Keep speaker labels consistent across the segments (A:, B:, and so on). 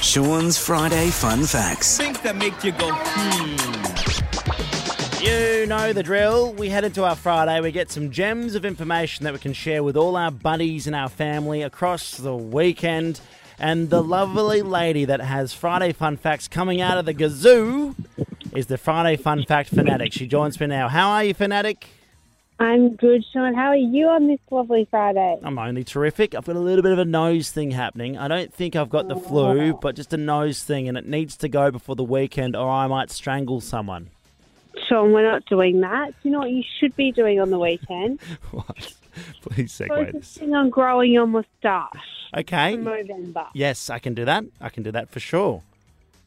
A: Sean's Friday Fun Facts.
B: Things that make you go, hmm.
C: You know the drill. We head into our Friday. We get some gems of information that we can share with all our buddies and our family across the weekend. And the lovely lady that has Friday fun facts coming out of the gazoo is the Friday fun fact fanatic. She joins me now. How are you, fanatic?
D: I'm good, Sean. How are you on this lovely Friday?
C: I'm only terrific. I've got a little bit of a nose thing happening. I don't think I've got the flu, but just a nose thing, and it needs to go before the weekend, or I might strangle someone.
D: Sean, we're not doing that. Do you know what you should be doing on the weekend?
C: What? Please segue this.
D: Focusing on growing your moustache
C: Okay.
D: in November.
C: Yes, I can do that. I can do that for sure.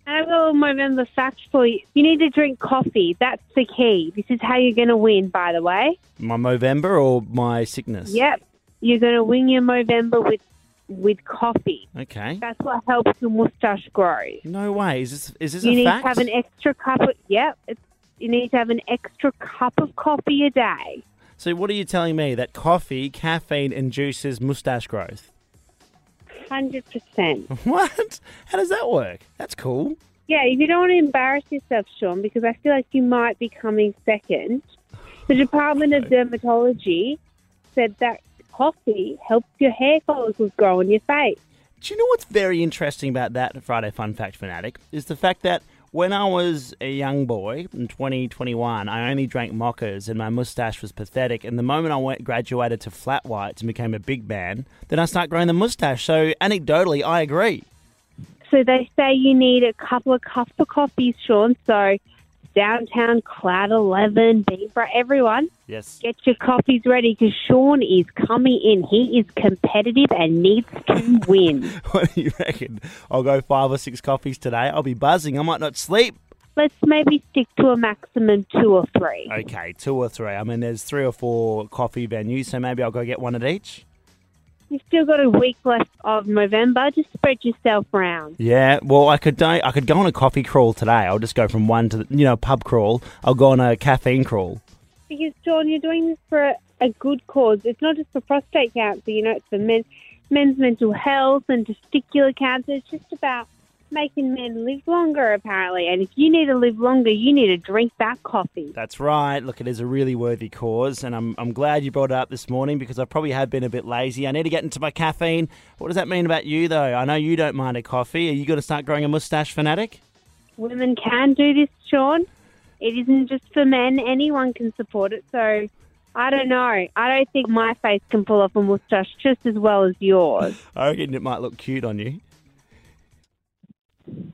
D: And I've got a little November fact for you. You need to drink coffee. That's the key. This is how you're going to win, by the way.
C: My Movember or my sickness?
D: Yep. You're going to win your November with, with coffee.
C: Okay.
D: That's what helps your moustache grow.
C: No way. Is this is this
D: you
C: a
D: need
C: fact?
D: to have an extra cup. Of, yep, it's, you need to have an extra cup of coffee a day.
C: so what are you telling me that coffee, caffeine induces mustache growth?
D: Hundred percent.
C: What? How does that work? That's cool.
D: Yeah, if you don't want to embarrass yourself, Sean, because I feel like you might be coming second. The Department of Dermatology said that coffee helps your hair follicles grow on your face.
C: Do you know what's very interesting about that Friday Fun Fact Fanatic? Is the fact that when I was a young boy in 2021, I only drank mockers and my mustache was pathetic. And the moment I went, graduated to flat whites and became a big man, then I start growing the mustache. So anecdotally, I agree.
D: So they say you need a couple of cups of coffee, Sean. So downtown Cloud 11, Beanbra, everyone,
C: Yes.
D: Get your coffees ready because Sean is coming in. He is competitive and needs to win.
C: What do you reckon? I'll go five or six coffees today. I'll be buzzing. I might not sleep.
D: Let's maybe stick to a maximum two or three.
C: Okay, two or three. I mean, there's three or four coffee venues, so maybe I'll go get one at each.
D: You've still got a week left of November. Just spread yourself round.
C: Yeah, well, I could do, I could go on a coffee crawl today. I'll just go from one to the, you know pub crawl. I'll go on a caffeine crawl.
D: Because, Sean, you're doing this for a, a good cause. It's not just for prostate cancer, you know, it's for men, men's mental health and testicular cancer. It's just about making men live longer, apparently. And if you need to live longer, you need to drink that coffee.
C: That's right. Look, it is a really worthy cause, and I'm I'm glad you brought it up this morning because I probably have been a bit lazy. I need to get into my caffeine. What does that mean about you though? I know you don't mind a coffee. Are you going to start growing a mustache, fanatic?
D: women can do this, Sean. It isn't just for men. Anyone can support it. So I don't know. I don't think my face can pull off a mustache just as well as yours.
C: I reckon it might look cute on you.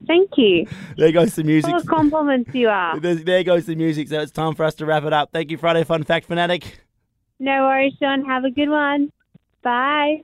D: Thank you.
C: There goes the music.
D: What Oh, compliments you are.
C: There, there goes the music. So it's time for us to wrap it up. Thank you, Friday Fun Fact Fanatic.
D: No worries, Sean. Have a good one. Bye.